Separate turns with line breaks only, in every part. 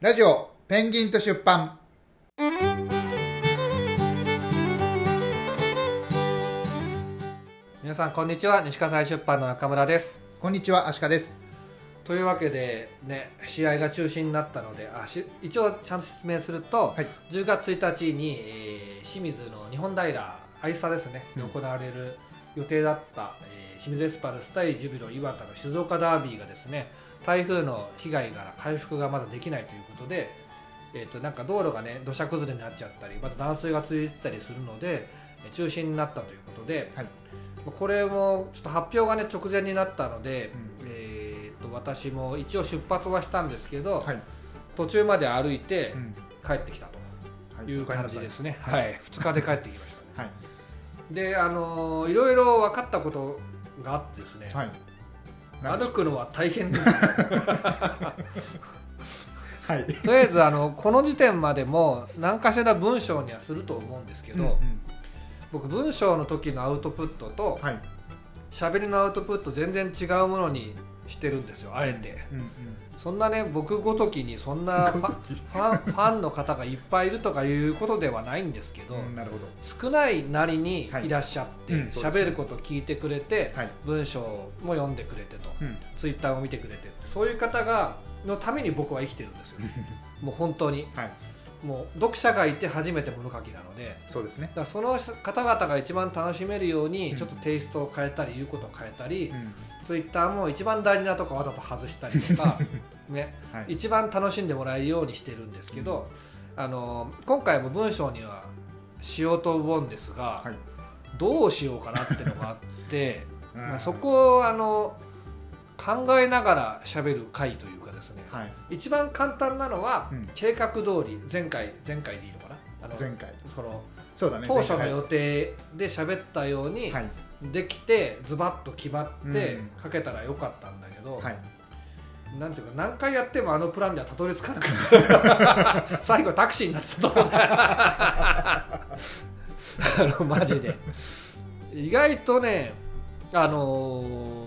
ラジオ、ペンギンと出版。
皆さんこんにちは西葛西出版の中村です
こんにちは、アシカです。
というわけでね試合が中止になったのであし一応ちゃんと説明すると、
はい
10月1日に、えー清水の日本平愛沙ですね、
うん
行われる予定だった、えー清水エスパルス対ジュビロ磐田の静岡ダービーがですね台風の被害から回復がまだできないということで、えー、となんか道路がね土砂崩れになっちゃったりまた断水が続いてたりするのでえー中止になったということで、
はい
これもちょっと発表がね直前になったので、
う
えー、と私も一応出発はしたんですけど、
はい。
途中まで歩いて
うん
帰ってきた
は
という
わかり
感
まし
じ
た
ですね、はい2日で帰ってきましたね
はい。
であのーいろいろ分かったことがあってですね、
はい。なんで
歩
しょ
くのは大 変ですね
うはい。
とりあえずあのこの時点までも何かしら文章にはすると思うんですけ
け
ど、
ど、
僕文章の時のアウトプットと
はい。
喋りのアウトプット全然違うものにしてるんですよあえて、
うんうん。
そんなね僕ごときにそんなファファンファンの方がいっぱいいるとかいうことではないんですけど、
うんなるほど。
少ないなりにいらっしゃって
はいうんそう
喋、
ですね
ること聞いてくれて、
はい。
文章も読んでくれてと、
うん。
ツイッターを見てくれてそういう方がのために僕は生きてるんですよ もう本当に
はい。
もう読者がいて初めて物書きなので
そうですね
だ。からその方々が一番楽しめるよう
う
に
ん
ちょっとテイストを変えたり言うことを変えたり、
うん。
ツイッターも一番大事なとこわざと外したりと かね
はい。
一番楽しんでもらえるようにしてるんですけど、あの今回も文章にはしようと思うんですが、
はい
どうしようかなってのがあって、
うん
まあ、そ。こをあの考えながら喋る回というかですね、
はい。
一番簡単なのは、
うん
計画通り前回前回でいいのかなあの
前回。
その
そうだね。
当初の
前
予定で喋ったように
回はい。
できて、ズバッと決まって
うん
書けたらよかったんだけど、
はい。
なんていうか何回やってもあのプランではたどり着かなかっ た最後タクシーになってたと思うあのマジで意外とねあのー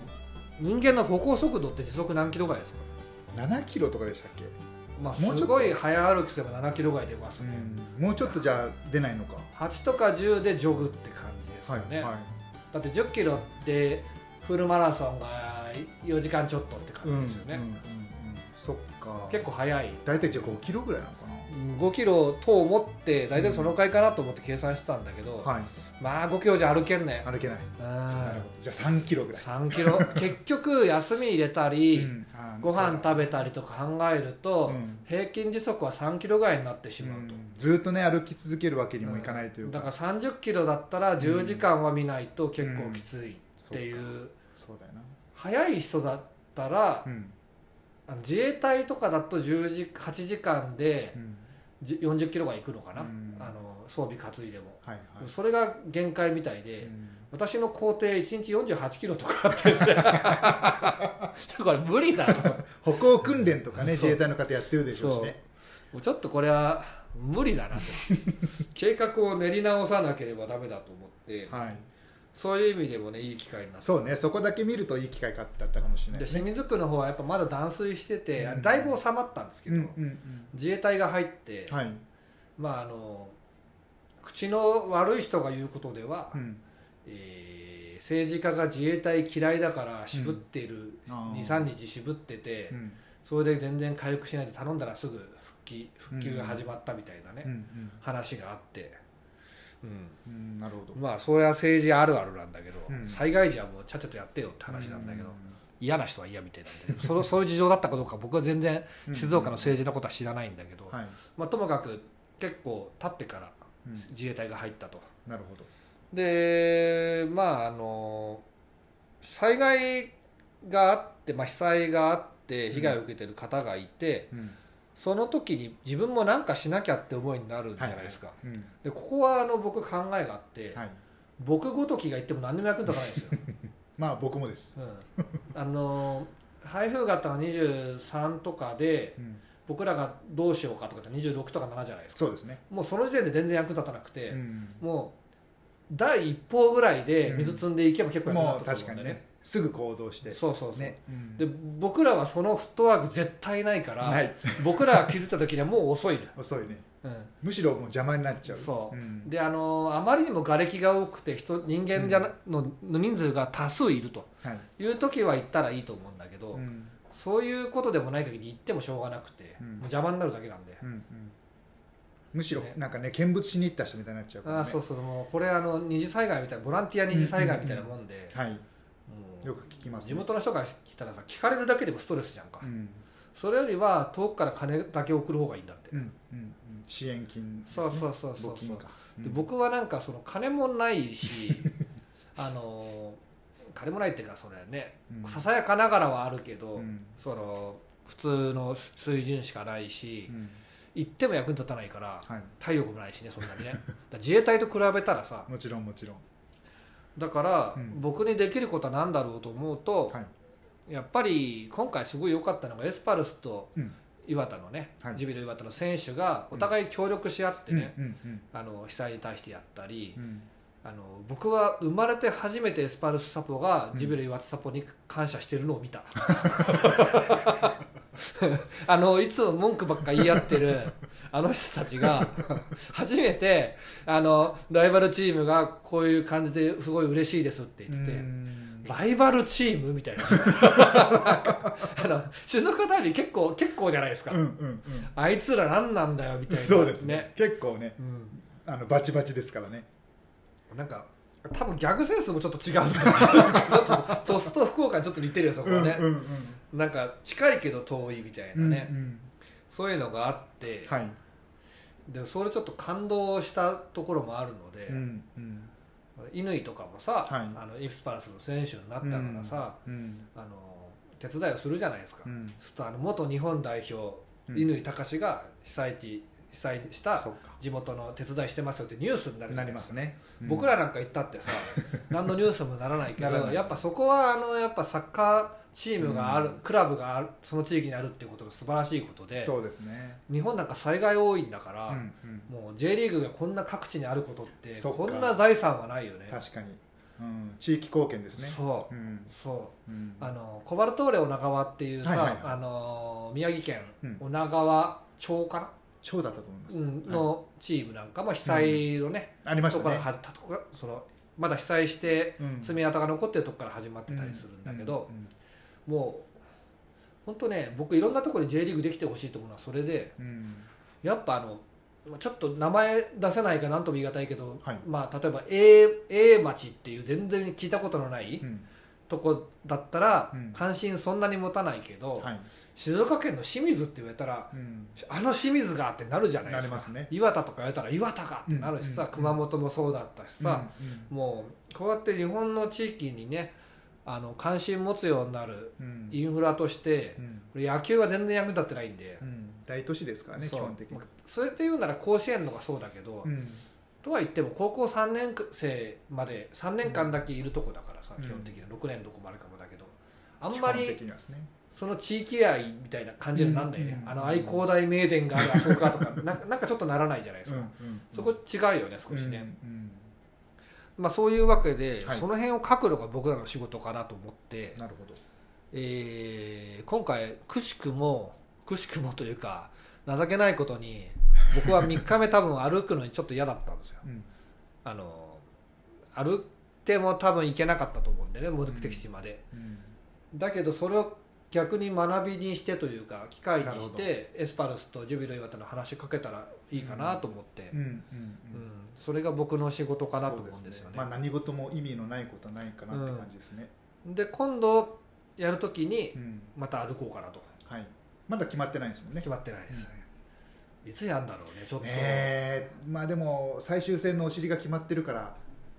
人間の歩行速度って時速何キロぐらいですか、
7キロとかでしたっけ
まあ、す
もうちょっと
ごい早歩きすれば7キロぐらい出ます
う
ね、
ん。もうちょっとじゃあ出ないのか。
8とか10でジョグって感じですか
はい。
ね、
はい。
だって1 0キロってフルマラソンが4時間ちょっとって
うん。う
感
ん。うん
じですよね、
うんそっか。
結構早い
大体じゃあ5キロぐらいなのか
5キロと思って大体その回かなと思って計算してたんだけど、
な。はい。
まあ5キロじゃ歩けんねん
歩けない。
うん
なるほど。じゃあ3キロぐらい。
3キ ロ結局休み入れたり、
うんあー
ご飯
そう
食べたりとか考えると、
うん
平均時速は3キロぐらいになってし
う
まうと、
んずっとね歩き続けるわけにもいかないというか、
だから3 0キロだったら10時間は見ないと結構きついっていう,、
そうだよな、
早い人だったら、
うん
あの自衛隊とかだと10時8時間で
うん
じ40キロがいくのかな、
うん
あの装備担いでも。
はいはい、
それが限界みたいで、
うん
私の工程1日48キロとかあって ですねちょっとこれ無理だろ
歩行訓練とかね
そう
自衛隊の方やってるでしょう しね
もうちょっとこれは無理だなと計画を練り直さなければダメだと思って
はい、
そういう意味でもねいい機会になって。
そうねそこだけ見るといい機会だったかもしれない
で
ですね
清水区の方はやっぱまだ断水してて、
うん
だいぶ収まったんですけ
うん
ど、
うん
自衛隊が入って、
うんはい、
まああの口の悪い人が言うことでは、
うん、
えー政治家が自衛隊嫌いだから渋っている、
うんあー
23日渋ってて、
うん
それで全然回復しないで頼んだらすぐ復帰復旧が始まったみたいなね、
うん
話があって、
うんうんなるほど
うん、まあそれは政治あるあるなんだけど、
うん
災害時はもうちゃっちゃとやってよって話なんだけど、嫌な人は嫌みたいなんでその そういう事情だったかどうか僕は全然
うん
静岡の政治のことは知らないんだけど、
はい、
まあ、ともかく結構経ってから
うん
自衛隊が入ったと。
なるほど
でまああの災害があって、まあ、被災があって被害を受けてる方がいて、
うん
その時に自分も何かしなきゃって思いになるじゃないですか、
うん
でここはあの僕考えがあって、
はい
僕ごときが言っても何でも役に立たないんですよ、
まあ僕もです、
うん、あの台風があったのが23とかで
うん、
僕らがどうしようかとかって26とか7じゃないですか
そうですね、
もうその時点で全然役立たなくて、
うん、
もう第一報ぐらいで水積んでいけば結構役
もう
立ったと
確
思
か
うんで
に
ね,、
ねすぐ行動して
そうそうそう、
ね、うん
で僕らはそのフットワーク絶対ないから、
ない
僕らが気づいた時にはもう遅いのよ、
遅いね
うん
むしろ もう邪魔になっちゃう
そう、
ん
であのーあまりにも瓦礫が多くて人人間じゃな、のの人数が多数いると
はい
いう時は行ったらいいと思うんだけど、
うん
そういうことでもない限り行ってもしょうがなくて、
うん
もう邪魔になるだけなんで、
うんうんむしろ
ね
なんかね見物しに行った人みたいになっちゃうから、
あ
ね、
あそうそうもうこれあの二次災害みたいなボランティア二次災害みたいなもんで、
はい
もう
よく聞きます、
地元の人から来たらさ聞かれるだけでもストレスじゃんか、
うん
それよりは遠くから金だけ送る方がいいんだって、
うんうんうん支援金です、
そうそうそうそう
募金か、
で
うん
僕はなんかその金もな いしあの金もないっていうかそれね、
うん
ささやかながらはあるけど、
うん
その普通の水準しかないし、
うん
行っても役に立たないから
はい
体力もないしねそんな にねだから自衛隊と比べたらさ
もちろんもちろん
だから
うん
僕にできることは何だろうと思うと、
はい
やっぱり今回すごい良かったのがエスパルスと
うん
岩田のね、
はい
ジュビロ岩田の選手がお互い協力し合ってね、
うんうん
あの被災に対してやったり、
うんうん
あの僕は生まれて初めてエスパルスサポが
うん
ジブリ岩田サポに感謝してるのを 見た、 あのいつも文句ばっか言い合ってるあの人たちが初めてあのライバルチームがこういう感じですごい嬉しいですって言ってて。
うん
ライバルチームみ たいなあの静岡ダービー結構結構じゃないですか、
うんうん
あいつら何なんだよみ
うん
たいな
そうですね結構ね
うん
あのバチバチですからね
なんか多分ギャグセンスもちょっと違 うんだよねちょっと鳥栖と福岡にちょっと似てるよそこはね、
うんうん
なんか近いけど遠いみたい
うん
なね、
うんうん
そういうのがあって、
はい
でもそれちょっと感動したところもあるので
うんうん
乾、とかもさ、
はい
あのエスパルスの選手になったからさ、
うん
あの手伝いをするじゃないですか、
うん
ちょっとあの元日本代表
うん
乾隆が被災地被災した
そうか
地元の手伝いしてますよってニュースになるじ
な
ゃな
り
いで
ます
か
すね
僕らなんか行っ たってさ何のニュースもならないけ
なら
ど
ない
やっぱそこはあのやっぱサッカーチームがある、
うん
クラブがあるその地域にあるっていうことが素晴らしいこと
う
で
んそうですね
日本なんか災害多いんだか
う
ら、
んうん
もう J リーグがこんな各地にあることって
そっか
こんな財産はないよね
確かにうん地域貢献ですね
そう、
うん
そう
うん
あのコバルトーレ女川っていうさ、
はいはいはい
あの宮城県
うん
女川町かな、
超だったと思います
うん
はい
のチームなんかも被災のね、
ありまし
とこ
た
から
ね
はたとこそのまだ被災して
うん
爪痕が残ってるとこから始まってたりするんだけど、もう本当ね僕いろんなところに J リーグできてほしいと思うのはそれで
うんうん
やっぱあのまあちょっと名前出せないか何とも言い難いけど、
はい
まあ、例えば A, A 町っていう全然聞いたことのない
うん
とこだったら、
うん
関心そんなに持たないけど、
はい
静岡県の清水って言われたら
うん
あの清水がってなるじゃないです
なり
か
ますね
岩田とか言われたら岩田がってなるしさ、
うんうん
熊本もそうだったしさ、
うん
もうこうやって日本の地域にねあの関心持つようになる
うん
インフラとして
う、ん
これ野球は全然役に立ってないんで、
うん大都市ですからね基
そう
本的に
まあそれで言うなら甲子園のがそうだけど、
うん
とは言っても高校3年生まで3年間だけいるとこだからさ、
うん
基本的には6年どこもあるかもだけどあ
あ
んま
基本
り
的にはですね
その地域愛みたいな感じになんないね、
うん
あの愛工大名電があるあそこ かとかなんかなんかちょっとならないじゃないですか、そこ違うよね少しね、
うん
まあ、そういうわけで、
はい
その辺を書くのが僕らの仕事かなと思って
うん、なるほど
えー今回くしくもくしくもというか情けないことに僕は3日目多分歩くのにちょっと嫌だったんですよ
うん
あの歩いても多分行けなかったと思うんでね目的地まで、
うん
だけどそれを逆に学びにしてというか機会にしてエスパルスとジュビロ磐田の話かけたらいいかなと思って、
う
うんん
うんうん
それが僕の仕事かなと思うんです
そ
よね
まあ何事も意味のないことはないかなって感じですね
で今度やるときに
うん
また歩こうかなと
はいまだ決まってないですもんね
決まってないです、いつやんだろうねちょっと、
ねえまあでも最終戦のお尻が決まってるから、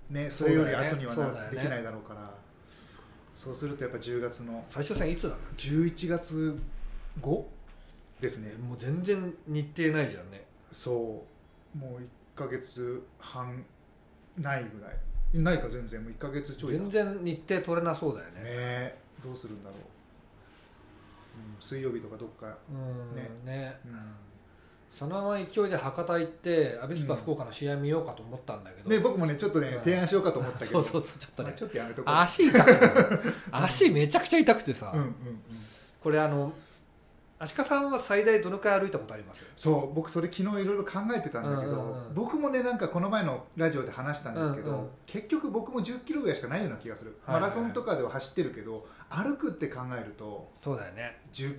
ね、それより後には
そ
な、
うだよ
で
ね
きないだろうからそうするとやっぱ10月の
最終戦いつなんだっ
11月 5? です
け
ね
もう全然日程ないじゃんね
そうもう1か月半ないぐらいないか全然もう1か月ちょいだ
全然日程取れなそうだよね
ねえどうするんだろう、うん水曜日とかどっか
うんね
ねうん
そのまま勢いで博多行ってアビスパ
うん
福岡の試合見ようかと思ったんだけど、
ね僕もねちょっとね
うん
提案しようかと思ったけ
そ
ど
うそうそうちょっと
まあ
ね
ちょっとやめとこう
足痛くて足めちゃくちゃ痛くてさ、
うんうんうん
これあの足利さんは最大どのくらい歩いたことあります
そう僕それ昨日いろいろ考えてたんだけど、
うんうんうん
僕もねなんかこの前のラジオで話したんですけど、
うんうん
結局僕も1 0キロぐらいしかないような気がする、
はいはい
マラソンとかでは走ってるけど歩くって考えると
そうだよね
10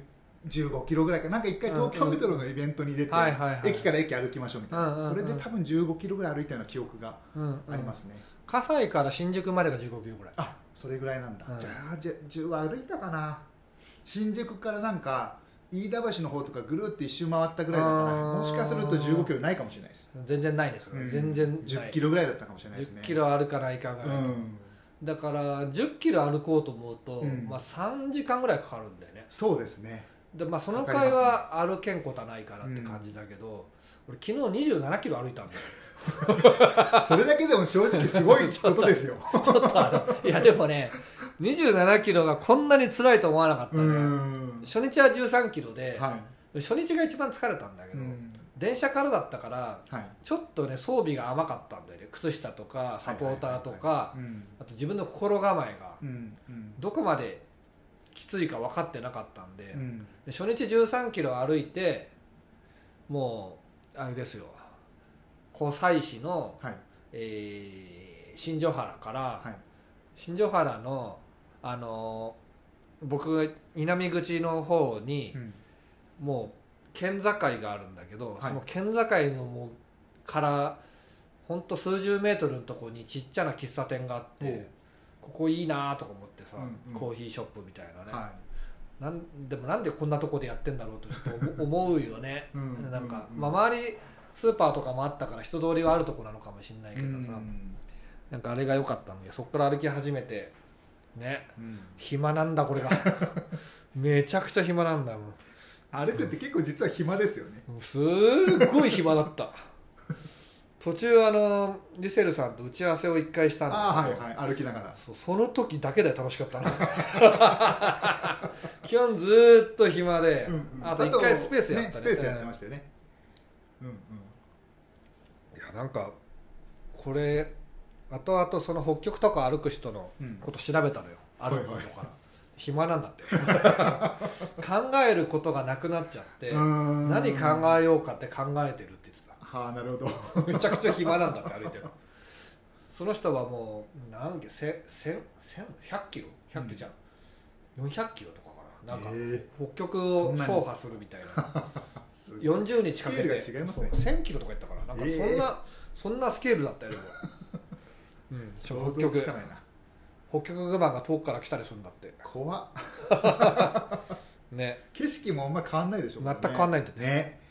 15キロぐらいかなんか一回東京メトロのイベントに出て、
はいはいはい
駅から駅歩きましょうみたいな、
うんうんうん
それで多分15キロぐらい歩いたような記憶が
うん
ありますすね、
葛西から新宿までが1 5キロぐらい
あそれぐらいなんだ、
うん
じゃあじゃじゅ歩いたかな新宿からなんか飯田橋の方とかぐるって一周回ったぐらいだから
あー
もしかすると1 5キロないかもしれないです
全然ないです、それ
うん
全然
1 0
ロ
キロぐらいだったかもしれないです
1
ね
0キロ歩かないかんが、
うん
だから1 0キロ歩こうと思うと、
うん
まあ、3時間ぐらいかかるんだよね
そうですね
で、まあ、その
かかり
回
ますね
は歩けんことはないかなって感じだけど、俺昨日2 7キロ歩いたんだ よ
それだけでも正直すごいことですよ
ちょっとあのいやでもね2 7キロがこんなに辛いと思わなかった
う
ね、
ん
初日は1 3キロで、
は
初日が一番疲れたんだけ
い、う
ど、
ん
電車からだったから
はい、
ちょっとね装備が甘かったんだよね靴下とかサポーターとか、
うん
あと自分の心構えが
うんうん
どこまできついか分かってなかったんで、
うん
で初日1 3キロ歩いてもうあれですよ湖西市の、
はい
えー新所原から、
はい
新所原のあのー僕南口の方に、
うん
もう県境があるんだけど、
い
その県境のもうからほんと数十メートルのとこにちっちゃな喫茶店があっ
お
て
う
ここいいなとか思ってさ、
うんうん
コーヒーショップみたいなね、
は
なんでもなんでこんなとこでやってんだろうとちょっと思思うよね、
い うん
なんか、
うん
まあ、周りスーパーとかもあったから人通りはあるとこなのかもしれないけど
う
さ、
ん
なんかあれが良かったんだけどそこから歩き始めてね
うん
暇なんだこ れがめちゃくちゃ暇なんだもう
歩くって結構実は暇ですよね
もうすーごい暇だった途中あのリセルさんと打ち合わせを一回したんだ
ああ
け
ー
ど
はいはい歩きながら
そうその時だけで楽しかったな 基本ずーっと暇で、
うんうん
あと一回スペースやったね
ねスペースやってましたよねうんうん
いやなんかこれ後々その北極とか歩く人の
うん
こと調べたのよ、
い
歩くのから、暇なんだって 考えることがなくなっちゃって何
何
考えようかって考えてるって言ってた
はあなるほど
めちゃくちゃ暇なんだって歩いてるその人はもう何キロせ千千100キロ100キロじゃん、400キロとかかななんか
へえ
北極を
そんなに
走破するみたいな
すごい
40日かけて
スケールが違いますね
そう1000キロとか言ったからなんかそんな、
へえ
そんなスケールだったよでも うん、
想
北
像
極
つかないな
北極グマが遠くから来たりするんだって
怖っ
ね
景色もあんま変わんないでしょ
全く変わんないんだって、
ねね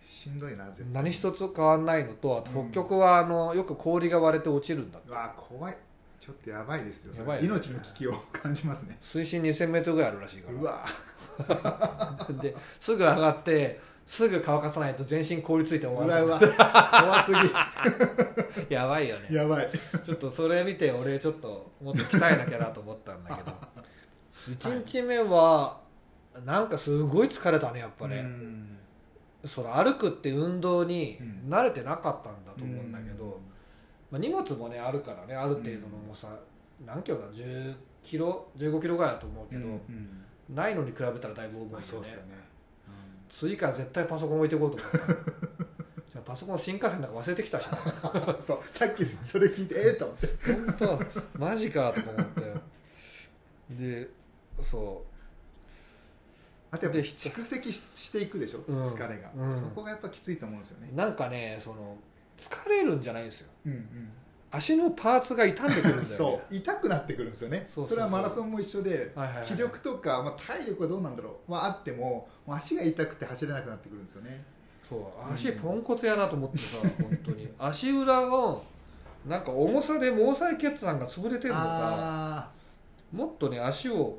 しんどいな絶対
何一つ変わんないのとあと北極はあのよく氷が割れて落ちるんだって
うわあ怖いちょっとやばいですよそれ
やばいね
命の危機を感じますね
水深2 0 0 0ルぐらいあるらしいから
うわ
ですぐ上がってすぐ乾かさないと全身凍りついて
う
終わ
わ
る
うわ怖す
とやばいよ
ぎ
ね
やばい
ちょっとそれ見て俺ちょっともっと鍛えなきゃなと思ったんだけど1日目はなんかすごい疲れたねやっぱ
う
ね、
ん
その歩くって運動に
うん
慣れてなかったんだと思うんだけど、まあ、荷物もねあるからねある程度の重さ、何キロだ10キロ15キロぐらいだと思うけ
うん
ど、
うん
ないのに比べたらだいぶ重いよね、
まあそうですよねうん
次から絶対パソコン置いていこうと思 ったじゃあパソコン新幹線なんか忘れてきたしな
そうさっきそれ聞いてえっと思って
本当マジかとか思ってでそ
あとやっぱ
で
蓄積していくでしょ
うん
疲れが
うん
そこがやっぱきついと思うんですよね
うなんかねその疲れるんじゃないんですよ
うんうん
足のパーツが傷んでくるんだよ ね
そう痛くなってくるんですよね
そうそ
そ
うそう
れはマラソンも一緒で
はいはいはい
気力とか、まあ、体力はどうなんだろう、まあ、あってももう足が痛くて走れなくなってくるんですよね
そう足ポンコツやなと思ってさ本当に足裏のなんか重さで毛細血管が潰れてるのさ
あ
もっとね足を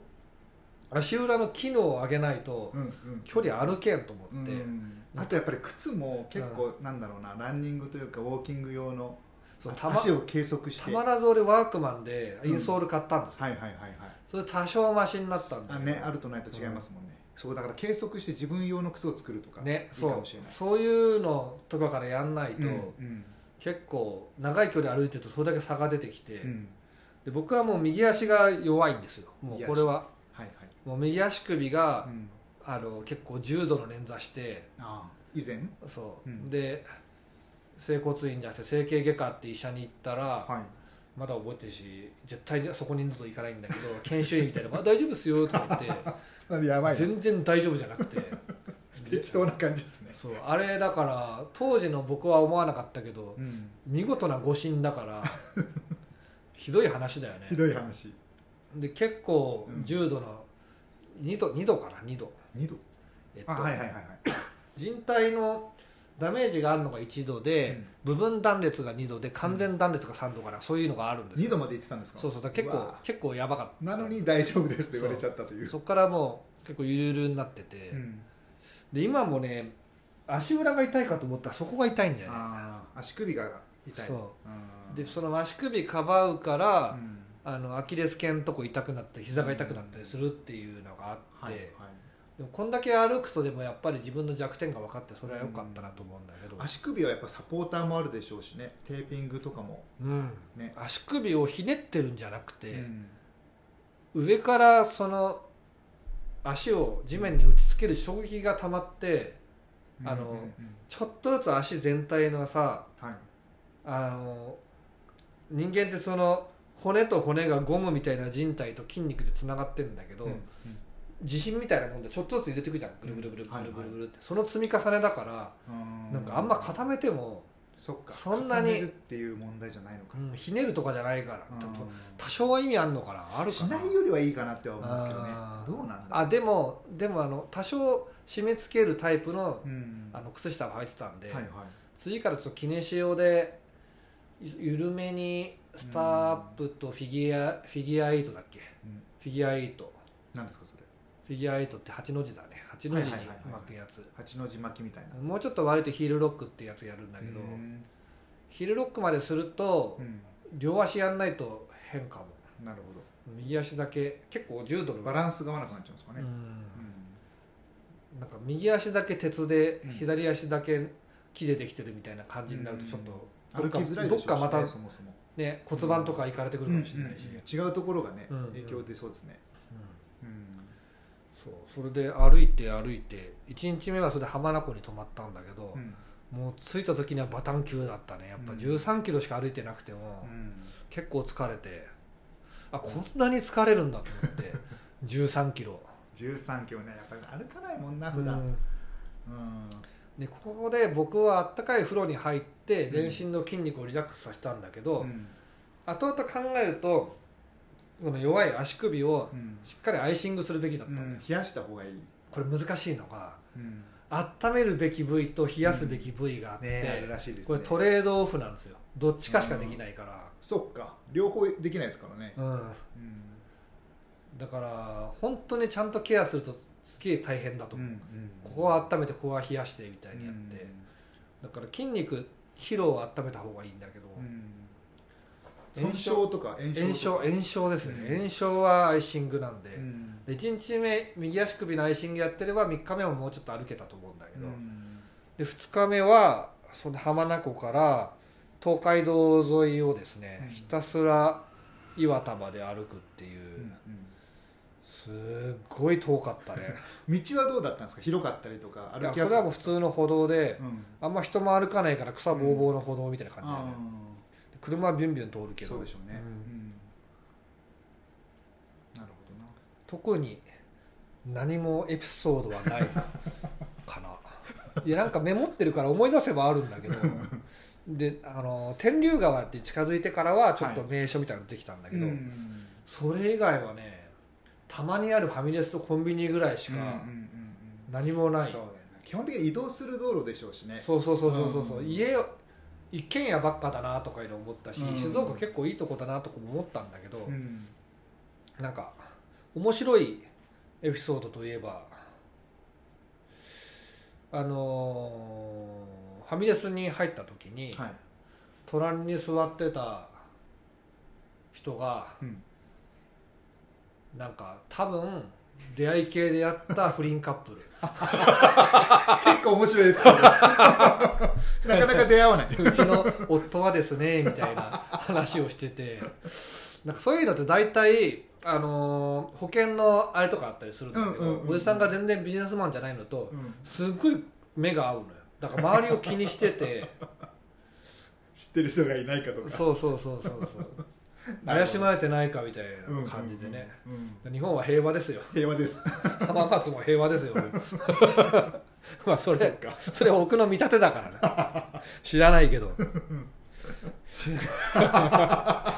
足裏の機能を上げないと
ーうんうん
距離歩けんと思って、
うんあとやっぱり靴も結構なんだろうなランニングというかウォーキング用の
そうたま
足を計測して
たまらず俺ワークマンでインソール買ったんですよ、
はいはいはいはい
それ多少マシになったんだ
あ
けど
ねあるとないと違いますもんね、そうだから計測して自分用の靴を作るとか、
ね、
いいか
そう
もしれない
そういうのとかからやんないと、
うん
結構長い距離歩いてるとそれだけ差が出てきて、
うん
で僕はもう右足が弱いんですよもうこれは
はいはい、
もう右足首が、
うん、
あの結構重度の捻挫して
ああ以前
そう、
うん
で整骨院じゃなくて整形外科って医者に行ったら、
はい
まだ覚えてるし絶対にそこに二度と行かないんだけど研修医みたいな「まあ 大丈夫ですよ」とか言って
あれやばいな
全然大丈夫じゃなくてで
適当な感じですね、
そうあれだから当時の僕は思わなかったけど
うん、
見事な誤診だから ひどい話だよ
ひ
ね
どい話
で結構
うん
重度の2度二度かな2度、
二度
えっと
あはいはいはいはい
人体のダメージがあるのが1度で、部分断裂が2度で完全断裂が3度かな、そういうのがあるんです
二
よ
度まで行ってたんですか
そうそうだから結
う
構
わ
結構やばかった
なのに大丈夫ですって言われちゃったという
そっからもう結構ゆるゆるになってて、
うん
で今もね足裏が痛いかと思ったらそこが痛いんだよね
ああ足首が痛い
そ
うん
でその足首かばうから、
うん
あのアキレス腱とこ痛くなって膝が痛くなったりするっていうのがあって、
はいはい
でもこんだけ歩くとでもやっぱり自分の弱点が分かってそれは良かったなと思うんだけど、
足首はやっぱサポーターもあるでしょうしねテーピングとかも
うん
ね
足首をひねってるんじゃなくて、
うん
上からその足を地面に打ちつける衝撃がたまってあの
うんうんうん
ちょっとずつ足全体のさ
はい
あの人間ってその骨と骨がゴムみたいな人体と筋肉でつながってるんだけど、
うんうん
地震みたいなもんでちょっとずつ入れてくじゃんぐるぐるぐるぐ
はいは
る
い
ぐるぐるってその積み重ねだから、
うん
なんかあんま固めても、
そっか
そんなに
固めるっていう問題じゃないのか
うんひねるとかじゃないから、
うん
多少は意味あんのかなある
し
かな
ないよりはいいかなっては思うんですけどね
あー
どうなんだ
あでもでもあの多少締め付けるタイプの,、
うん
あの靴下が履いてたんで、
はいはい
次からちょっと記念仕様でゆ緩めにスターアップとフィギュア、フィギュア8だっけ
うん
フィギュア8フ
何ですかそれ
ィギュア8って8の字だね8の字に
はいはいはいはい
巻くやつ
八の字巻きみたいな
もうちょっと割とヒールロックってやつやるんだけど、
うん
ヒールロックまですると、
うん
両足やんないと変かも
なるほ
右足だけ結構重度の
どバランスが合わなくなっちゃうんですか
う
ね
ん
うん
なんか右足だけ鉄で、
うん
左足だけ木でできてるみたいな感じになるとちょっと、ど
歩
っ
き
か
づらい
ど
で
っ
しょ
か
うし
ま
ね
た
そもそも
ね骨盤とかいかれてくるかもしれないし、
うんうんうん違うところがね
うんうん
影響出そうですねうん
そうそれで歩いて歩いて1日目はそれで浜名湖に泊まったんだけど、
うん
もう着いた時にはバタン級だったねやっぱ
うん
1 3キロしか歩いてなくても、
うん
結構疲れてあこんなに疲れるんだと思 って1 3キロ
13キロねやっぱり歩かないもんな
う
普段
ん
うん
でここで僕はあったかい風呂に入って
うん
全身の筋肉をリラックスさせたんだけど、
うん
後々考えるとこの弱い足首を
うん
しっかりアイシングするべきだった
う
の、
ん冷やした方がいい
これ難しいのが
うん
温めるべき部位と冷やすべき部位があって、
ねあるらしいです
こ
ね
れトレードオフなんですよどっちかしかできないから、
そっか両方できないですからね
うん
うん
だから本当にちゃんとケアするとすげえ大変だと
うん
思う、
うん
ここは温めてここは冷やしてみたいにやって、だから筋肉疲労を温めた方がいいんだけど、
うんうん炎症とか炎症とか
炎症炎症ですね、
うん
炎症はアイシングなんで,、
うん
で1日目右足首のアイシングやってれば3日目ももうちょっと歩けたと思うんだけ
う
ど、
ん
で2日目はその浜名湖から東海道沿いをですね、
うん
ひたすら岩田まで歩くっていうう、
ん
すっごい遠かったね
道はどうだったんですか広かったりとか
い や
歩き
そ
やすか
れは
っ
もう普通の歩道で、
たうん
あんま人も歩かないから草ぼうぼうの歩道みたいな感じだよね、
あ
で車はビュンビュン通るけ
ー
ど
そうでしょうね
うん
うんなるほどな
特に何もエピソードはないか ないやなんかメモってるから思い出せばあるんだけどであの天竜川って近づいてからはちょっと名所みたいなの出てきたんだけど、
うん
それ以外はねたまにあるファミレスとコンビニぐらいし
うんうん
か
うんうん
何もない、
そうだよね基本的に移動する道路でしょうしね
そうそうそうそうそうそう
うん
家を一軒家ばっかだなとかいうの思ったし、
うん
静岡結構いいとこだなとかも思ったんだけど、
うん
なんか面白いエピソードといえばあのーファミレスに入った時に、
はい
隣に座ってた人が
うん
なんか多分出会い系でやった 不倫カップル
結構面白いエピソードなかなか出会わないう
ちの夫はですねみたいな話をしててなんかそういうのって大体、あのー保険のあれとかあったりするんだけど、
うんうんうん
おじさんが全然ビジネスマンじゃないのと
うん
すっごい目が合うのよだから周りを気にしてて
知ってる人がいないかとか
そうそうそうそうそう怪しまれてないかみたいな感じでね、
うんうんうんうん
日本は平和ですよ
平和です
浜松も平和ですよ まあそれ
そっか
それ僕の見立てだからね知らない けど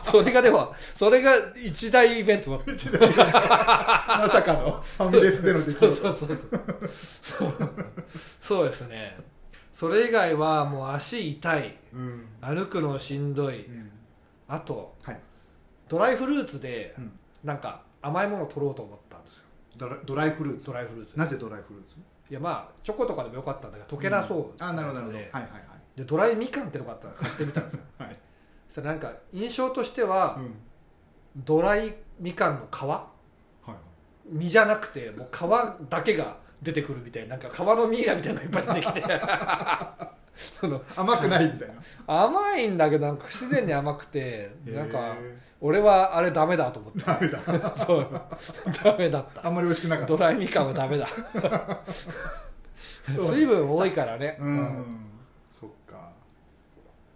それがでもそれが一大イベントだった
一度言えないまさかのファミレスでの出来
そ
事
うそうそうそうそうそうですねそれ以外はもう足痛い
うん
歩くのしんどい
うん
あと
はい
ドライフルーツで
うん
なんか甘いものを取ろうと思ったんですよ
ドラドライフルーツ
ドライフルーツ
なぜドライフルーツ
いやまあチョコとかでもよかったんだけど溶けなそう
あなるほどなるほど
で
はいはい
でドライみかんってのがあったから買ってみたんですよ
はいはい
そしたらなんか印象としては、
うん
ドライみかんの皮
はい
実じゃなくてもう皮だけが出てくるみたいななんか皮のミイラみたいなのがいっぱい出てきて その
甘くないみたいな
甘いんだけどなんか不自然に甘くてなんか
へ
俺はあれダメだと思って
ーダメだ
そうダメだっ
あ
た
んまり美味しくなかった
ドライみかんはダメだ
そう
水分多いからね、
うん、そっか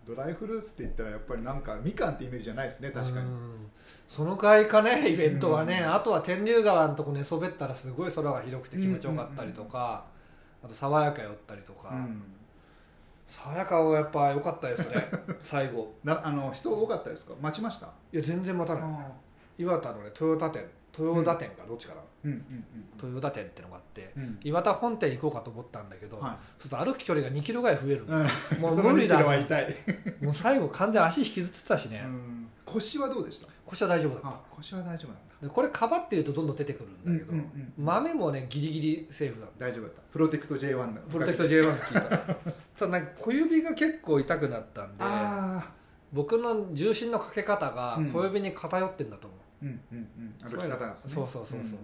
ドライフルーツって言ったらやっぱりなんかみかんってイメージじゃないですね確かに、
うんそのぐらいかねイベントはね、
うん
あとは天竜川のとこ寝そべったらすごい空が広くて気持ちよかったりとか、あと爽やか寄ったりとか、
うん
爽やかはやっぱ良かったです ね最後
なあの人多かったですか待ちました
いや全然待たない
あ
岩田のね豊田店豊田店か、どっちかな
ーうんうん
豊田店ってのがあって、
うんうん
岩田本店行こうかと思ったんだけど、
は
そうすると歩く距離が2キロぐらい増えるの、
い、
もう
その
無理だ
2キロは痛い、
もう最後完全に足引きずってたしね、
うん腰はどうでした
腰は大丈夫だっ
あ腰は大丈夫なんだ
たでこれかばってるとどんどん出てくるんだけど、
うんうんうん
豆もねギリギリセーフだった
大丈夫だったプロテクト J1 の
プロテクト J1 の聞いたただなんか小指が結構痛くなったんで
ああ
僕の重心のかけ方が
うん
小指に偏ってんだと思う、
うんうんうん歩き方がですね
そうそうそうそう、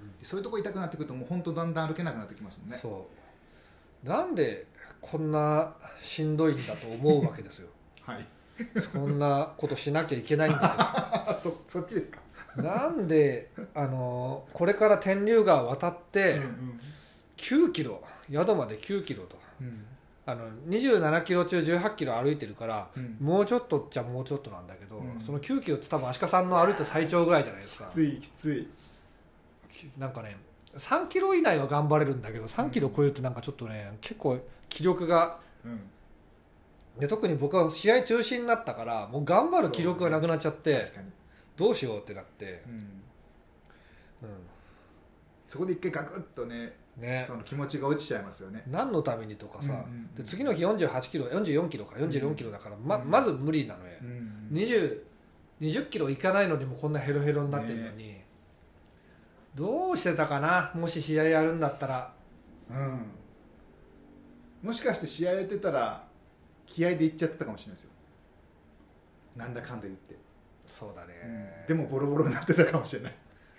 うんそういうとこ痛くなってくるともう本当だんだん歩けなくなってきますもんね
そうなんでこんなしんどいんだと思うわけです よ
はい
そんなことしなきゃいけないんだ
あそそっちですか、
となんであのーこれから天竜川渡って
うん
9キロ宿まで9キロと
うん
あの27キロ中18キロ歩いてるから
うん
もうちょっとっちゃもうちょっとなんだけど、
うん
その9キロって多分足利さんの歩いた最長ぐらいじゃないですか
きついきつい
なんかね3キロ以内は頑張れるんだけど3キロ超えるとなんかちょっとね結構気力が
うん
で特に僕は試合中止になったからもう頑張る気力がなくなっちゃって、
確かに、
どうしようってなって
う、ん、
うん
そこで一回ガクッとね
ね
その気持ちが落ちちゃいますよね
何のためにとかさ、
うんうんうん
で次の日48キロ44キロか44キロだから、ま
うん
まず無理なのよ、
うん
20, 20キロいかないのにもこんなヘロヘロになってるのに、どうしてたかなもし試合やるんだったら
うんもしかして試合やってたら気合でいっちゃってたかもしれないですよなんだかんだ言って、
そうだね、
でもボロボロになってたかもしれない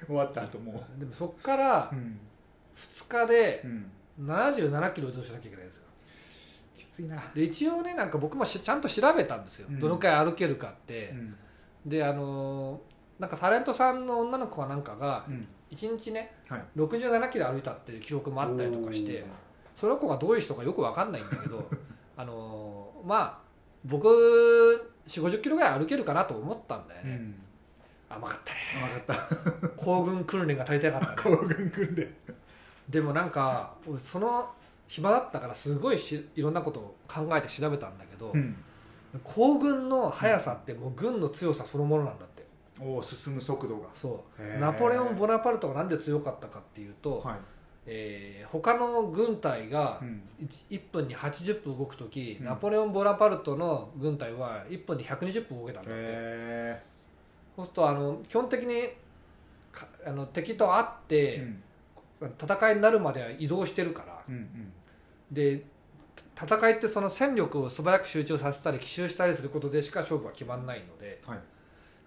終わった後も
でもそっから
うん、
2日で
うん、
77キロ移動しなきゃいけないんですよ
きついな、
で一応ねなんか僕もしちゃんと調べたんですよ、
うん
どのくらい歩けるかって
う、ん
であのーなんかタレントさんの女の子かなんかが
うん
1日ね
はい、
67キロ歩いたっていう記録もあったりとかしてその子がどういう人かよくわかんないんだけどあのーまあ僕4 5 0キロぐらい歩けるかなと思ったんだよ
おーう
ね、
ん、
甘かったね
甘かっ
行軍訓練が足りてなかったたね
行軍訓練
でもなんか俺その暇だったからすごいしいろんなことを考えて調べたんだけど、
うん
行軍の速さってもう軍の強さそのものなんだって
おー進む速度が
そう
へー
ナポレオン・ボナパルトがなんで強かったかっていうと、
はい、
えー他の軍隊が
うん、
1, 分に80分動く時、
うん
ナポレオン・ボナパルトの軍隊は1分に120分動けたんだって、
へ
そうするとあの基本的にかあの敵と会っ
え
て
う、ん
戦いになるまでは移動してるから
うんうん
で戦いってその戦力を素早く集中させたり奇襲したりすることでしか勝負は決まらないので
はい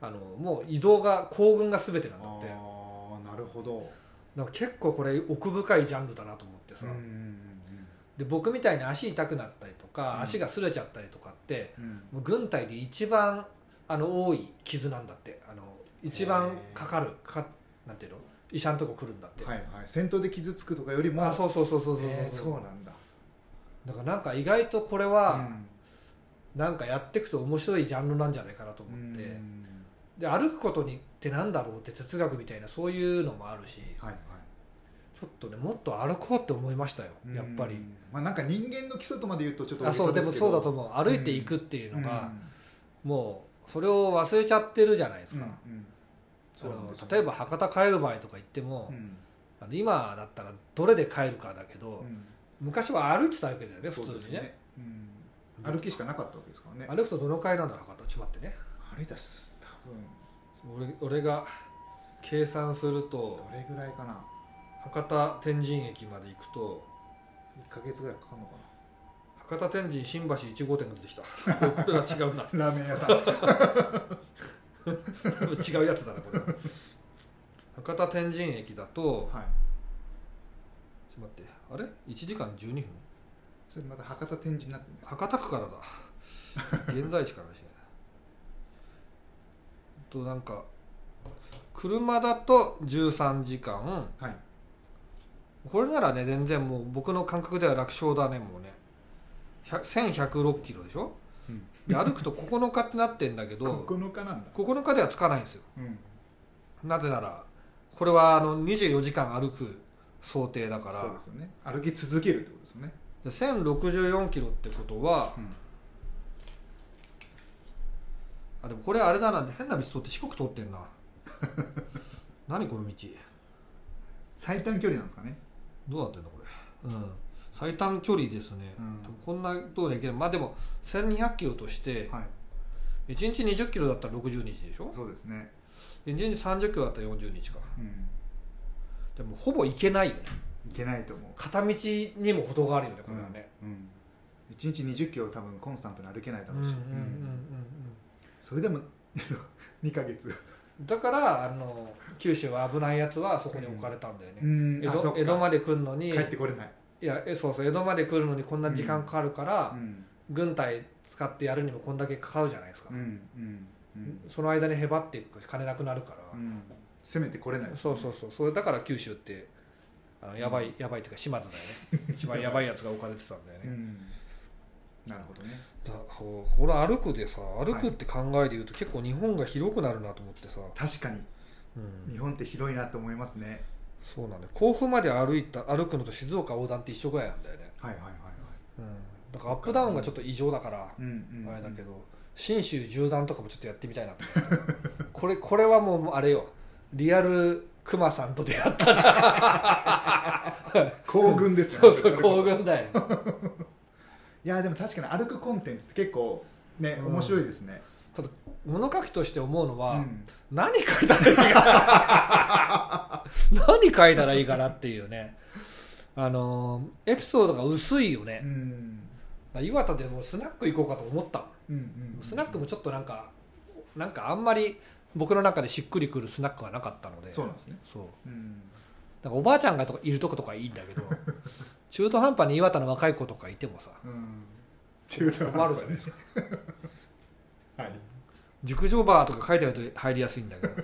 あのもう移動が行軍が全てなんだ
あ
って
あななるほど
だから結構これ奥深いジャンルだなと思ってさ、
うん
で僕みたいに足痛くなったりとか、
うん
足が擦れちゃったりとかって
うんうんうん
もう軍隊で一番あの多い傷なんだってあの一番かかるかかなんていうの医者のとこ来るんだって、
はいはい戦闘で傷つくとかよりも
あそうそうそうそうそうそう,、
えーそうなんだ
だからなんか意外とこれは、なんかやっていくと面白いジャンルなんじゃないかなと
う
思
ん
って、
うん
で歩くことにってなんだろうって哲学みたいなそういうのもあるし
はいはい
ちょっとねもっと歩こうって思いましたよやっぱ
う
り、
んまあなんか人間の基礎とまで言うとちょっと
あそうでもそうだと
思
思う歩いていくっていうのが、もうそれを忘れちゃってるじゃないですか、
うんうん
あ
そうなん
の
ですよ
例えば博多帰る場合とか行っても、
うん
あの今だったらどれで帰るかだけど、
うん
昔は歩いてたわけだよね
そ
普
うで
通
す
にね
ねうん歩きしかなかったわけですからね
歩くとどの階なんだろうかとちょっと待ってね
歩いたす多
俺俺が計算すると
分どれぐらいかな
博多天神駅まで行くと
1か月ぐらいかかるのか
博多天神新橋1号店が出てきた これは違うな
なラーメン屋さん は
多分違うやつだなこれは博多天神駅だと
い
ちょっと待ってあれ1時間12分
それまた博多展示になってるんですか
博多区からだ現在地からかもしれないあとなんか車だと13時間
はい
これならね全然もう僕の感覚では楽勝だねもうね100 1106キロでしょ
うん
で歩くと9日ってなってんだけど
9日なんだ
9日ではつかないんですよ
うん
なぜならこれはあの24時間歩く想定だか
そう
ら
ですよね歩き続けるってことですよね
で1064キロってことはあでもこれあれだな変な道通って四国通ってんな 何この道
最短距離なんですかね
どうなってんだこれうん最短距離ですね、
うん
こんなとこで行けないまあでも1200キロとして
はい
1日20キロだったら60日でしょ
そうですね
1日30キロだったら40日か
うん
でもほぼ行けないよね
いけないと思う
片道にも程があるよねこれはね、
うん1日2 0キロ多分コンスタントに歩けないだ
うん
ろ
う
うん
う
し
んう
うん
ん
それでも2ヶ月
だからあの九州は危ないやつはそこに置かれたんだよね、
ん
江
あそっ
戸
か
江戸まで来るのに
帰ってこれない
いやえそうそう江戸まで来るのにこんな時間かかるから、
うん
軍隊使ってやるにもこんだけかかるじゃないですか、
うんうんうん
その間にへばっていくか金なくなるから、
うん攻めてこれない
そうそうそうそれだから九州ってあのやばい、やばいっていうか島津だよ ね一番やばいやつが置かれてたんだよね、
んなるほどね
だこうこの歩くでさ歩くって考えで言うと結構日本が広くなるなと思ってさ、
確かに
うん
日本って広いなと思いますね
そうなんだよ甲府まで歩いた歩くのと静岡横断って一緒ぐらいなんだよね、
はいはいはいはい
うん、だからアップダウンがちょっと異常だから、
うんうんうん
あれだけど信州縦断とかもちょっとやってみたい なと思ってこれこれはもうあれよリアルクマさんと出会った
行軍ですよ
そ
ね
うそう
れこ
行軍だよ
いやでも確かに歩くコンテンツって結構ね
うん
面白いですね
ただ物書きとして思うの
う
は、
ん
何書いたらいいか 何書いたらいいかなっていうねあのーエピソードが薄いよ
う
ね、
ん
岩手でもスナック行こうかと思ったもん
うんうん
スナックもちょっとなんかなんかあんまり僕の中でしっくりくるスナックはなかったので
そうなんですね
そう
うん
なんかおばあちゃんがとかいるとことかいいんだ けど中途半端に岩田の若い子とかいてもさ
うん中途
困るじゃないですか
はい
熟女バーとか書いてあると入りやすいんだけ ど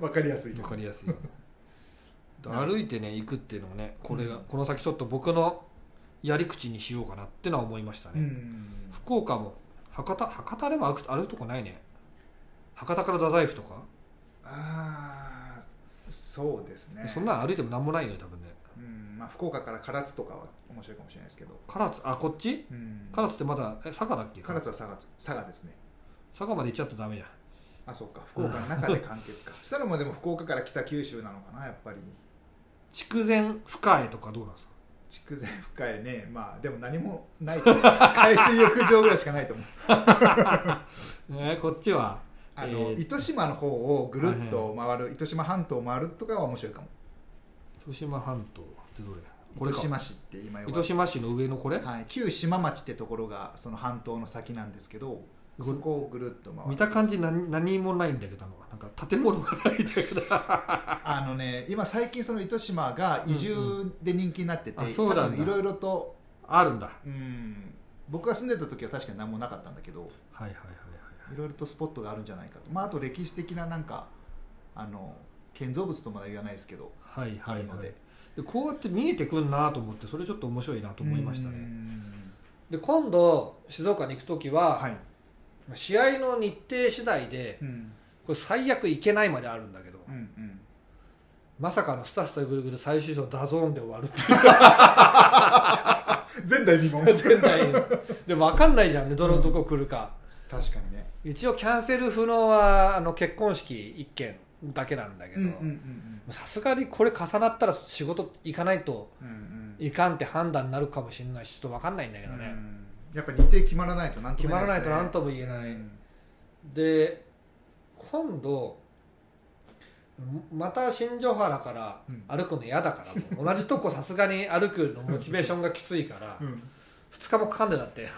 わかりやすい
わかりやすい
なる
歩いてね行くっていうのもねこれが、
うん
この先ちょっと僕のやり口にしようかなってのは思いましたね、
うん
福岡も博多博多でも歩く歩くとこないね博多から太宰府とか、
ああそうですね
そんなの歩いてもなんもないよね多分ね
うんまあ福岡から唐津とかは面白いかもしれないですけど
唐津あこっち
うん
唐津ってまだえ佐賀だっけ
唐津は佐賀佐賀ですね
佐賀まで行っちゃったらダメじゃん
あそっか福岡の中で完結 かしたらもうでも福岡から北九州なのかなやっぱり
筑前深江とかどうなんですか
筑前深いねまあでも何もないと思う海水浴場ぐらいしかない と思う
えーこっちは
あの、
えー
糸島の方をぐるっと回る、糸島半島を回るとかは面白いかも
糸島半島ってどれこれ
糸
か
島市って今呼ば
糸
れて
島市の上のこれ
はい、旧島町ってところがその半島の先なんですけど
こ
そこをぐるっと回る
見た感じ何何もないんだけどなんか建物が ないんだけど
あのね今最近その糸島が移住で人気になってて、
うんうんあそうなんだ
多分いろいろと
あるんだは
うん僕が住んでた時は確かに何もなかったんだけど
いはいはいはい
いろいろとスポットがあるんじゃないかと、まあ、あと歴史的ななんかあの建造物とまでは言わないですけど
はい
あ
はい
る
は
の
い
で、
でこうやって見えてくんなと思ってそれちょっと面白いなと思いました
う
ね
ん
で今度静岡に行く時は、
はい、
試合の日程次第で
うん
これ最悪行けないまであるんだけど、
うんうん、
まさかのスタスタぐるぐる最終章ダゾーンで終わるって
前代未
いう
聞
全体でも分かんないじゃんねどのとこ来るか、
確かにね
一応キャンセル不能はあの結婚式1件だけなんだけど
うんうんうん
さすがにこれ重なったら仕事行かないと
うんうん
いかんって判断になるかもしれないしちょっと分かんないんだけどね、
うんやっぱ日程決まらないとなんと
決
も
ま
言え
ら
で
な
すね
いと何とも言えない、
うん
で今度また新庄原から歩くの嫌だから、も う同じとこさすがに歩くのモチベーションがきついから
うん
2日もかかんでだって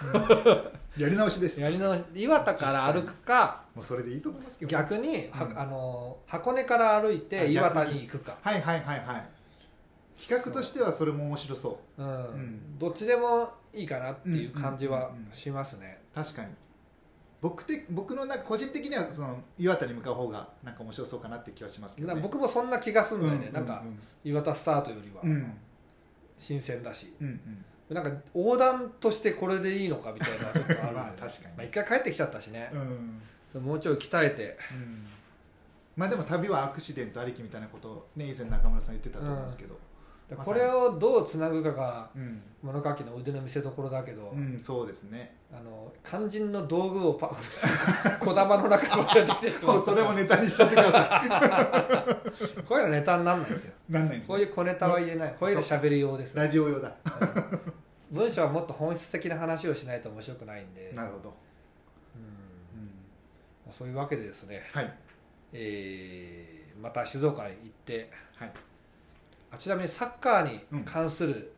やり直しです
やり直し岩田から歩くか
もうそれでいいと思いますけど
逆に、は
うん
あの箱根から歩い
あ逆
て
に
岩田に行くか、
はいはいはいはい企画としてはそれも面白そう
うん
ん
どっちでもいいかなっていう感じ
うんう
は
んうんうん
しますね、
確かに僕て僕のなんか個人的にはその岩田に向かう方がなんか面白そうかなって気はしますけど、
な
ね、
僕もそんな気がするんだよね、なんか岩田スタートよりは
うんうん
新鮮だし、
うんうん
なんか横断としてこれでいいのかみたいなちょっとあるんで、
まあ確かに
まあ、一回帰ってきちゃったしね、
うんうん
そうもうちょい鍛えて
うんまあでも旅はアクシデントありきみたいなことをね以前中村さん言ってたと思うんですけど、
だ
ま
こ
さに
れをどうつなぐかが
うん
物書きの腕の見せ所だけど、
うん、そうですね
あの肝心の道具をパ 小玉の中から出てきて
もう それをネタにしちゃってくださ
こういうのネタになんないですよ
いなんないんです
こ
ね
ういう小ネタは言えない、こういうの喋る用です、
ラジオ用だ
うん文章はもっと本質的な話をしないと面白くないんで、うん
なるほど、うん、
まあそういうわけでですね、
はい
えーまた静岡に行って
はい
あちなみにサッカーに関する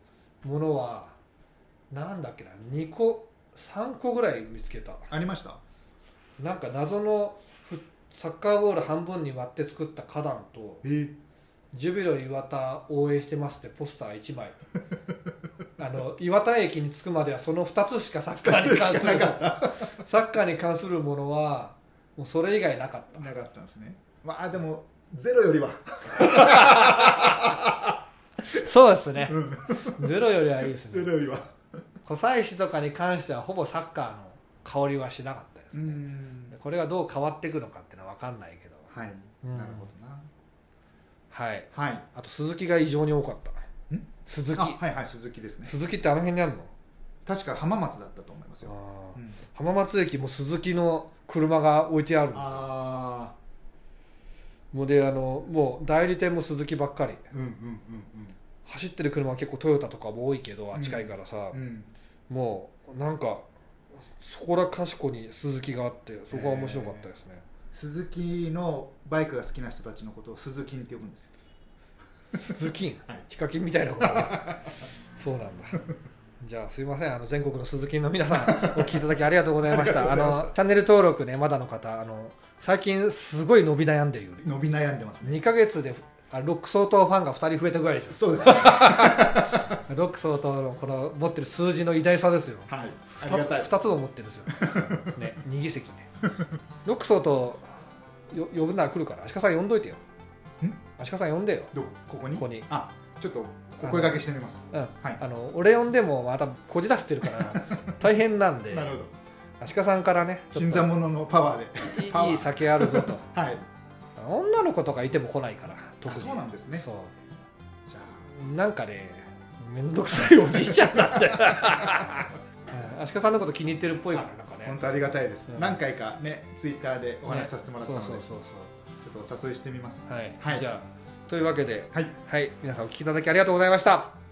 ものは、なんだっけな2個3個ぐらい見つけた
ありました
なんか謎のフサッカーボール半分に割って作った花壇と
えー、
「ジュビロ磐田応援してます」ってポスター1枚 あの磐田駅に着くまではその2つしかサッカーに関する サッカーに関するものはもうそれ以外なかった
なかったんですねまあでもゼロよりは
そうですね、ゼロよりはいいです
ゼ
ね
ロよりは
湖西市とかに関してはほぼサッカーの香りはしなかったですね、
ん
これがどう変わっていくのかっていうのは分かんないけど
はい、
うん
なるほどな
はい
はい
あと鈴木が異常に多かった
ん
鈴木
あはいはい鈴木ですね
鈴木ってあの辺にあるの
確か浜松だったと思いますよ、
あー
うん
浜松駅も鈴木の車が置いてあるんですよ
あ
もうであのもう代理店も鈴木ばっかり
あうんうん
走ってる車は結構トヨタとかも多いけど
うん
近いからさ、
うんうん
もうなんかそこらかしこに鈴木があってそこは面白かったですね
鈴木のバイクが好きな人たちのことを鈴木って呼ぶんですよ
鈴木、
はい
ヒカキンみたいなこと がそうなんだじゃあすいませんあの全国の鈴木の皆さんお聞きいただきありがとうございましたあ
ありがとうございました
のチャンネル登録ねまだの方あの最近すごい伸び悩んでるよ
伸び悩んでますね
2ヶ月であロック相当ファンが2人増えたぐらいですよ
そう ですね
ロック相当のこの持ってる数字の偉大さですよ
はいありがた
2,
い
つ2つも持ってる んですよ、ね、2議席ねロック相当よ呼ぶなら来るから足利さん呼んどいてよ足利さん呼んでよ
どこここに
ここに
あちょっとお声掛けしてみます
うん
はい
あの俺呼んでもまたこじらせてるから 大変なんで
なるほど
足利さんからねちょ
新
っ
参
と
者のパワーで
いい
パワー
いい酒あるぞと
はい
女の子とかいても来ないから特に
そうなんですね
そう
じゃあ
なんかねめんどくさいおじいちゃんな んだようん足利さんのこと気に入ってるっぽいからなんかね
本当ありがたいです、
うん
何回かねツイッターでお話しさせてもらったので、
そうそうそう
ちょっとお誘いしてみます
そうはい、
はい
じゃあというわけで
はい
はい皆さんお聞きいただきありがとうございました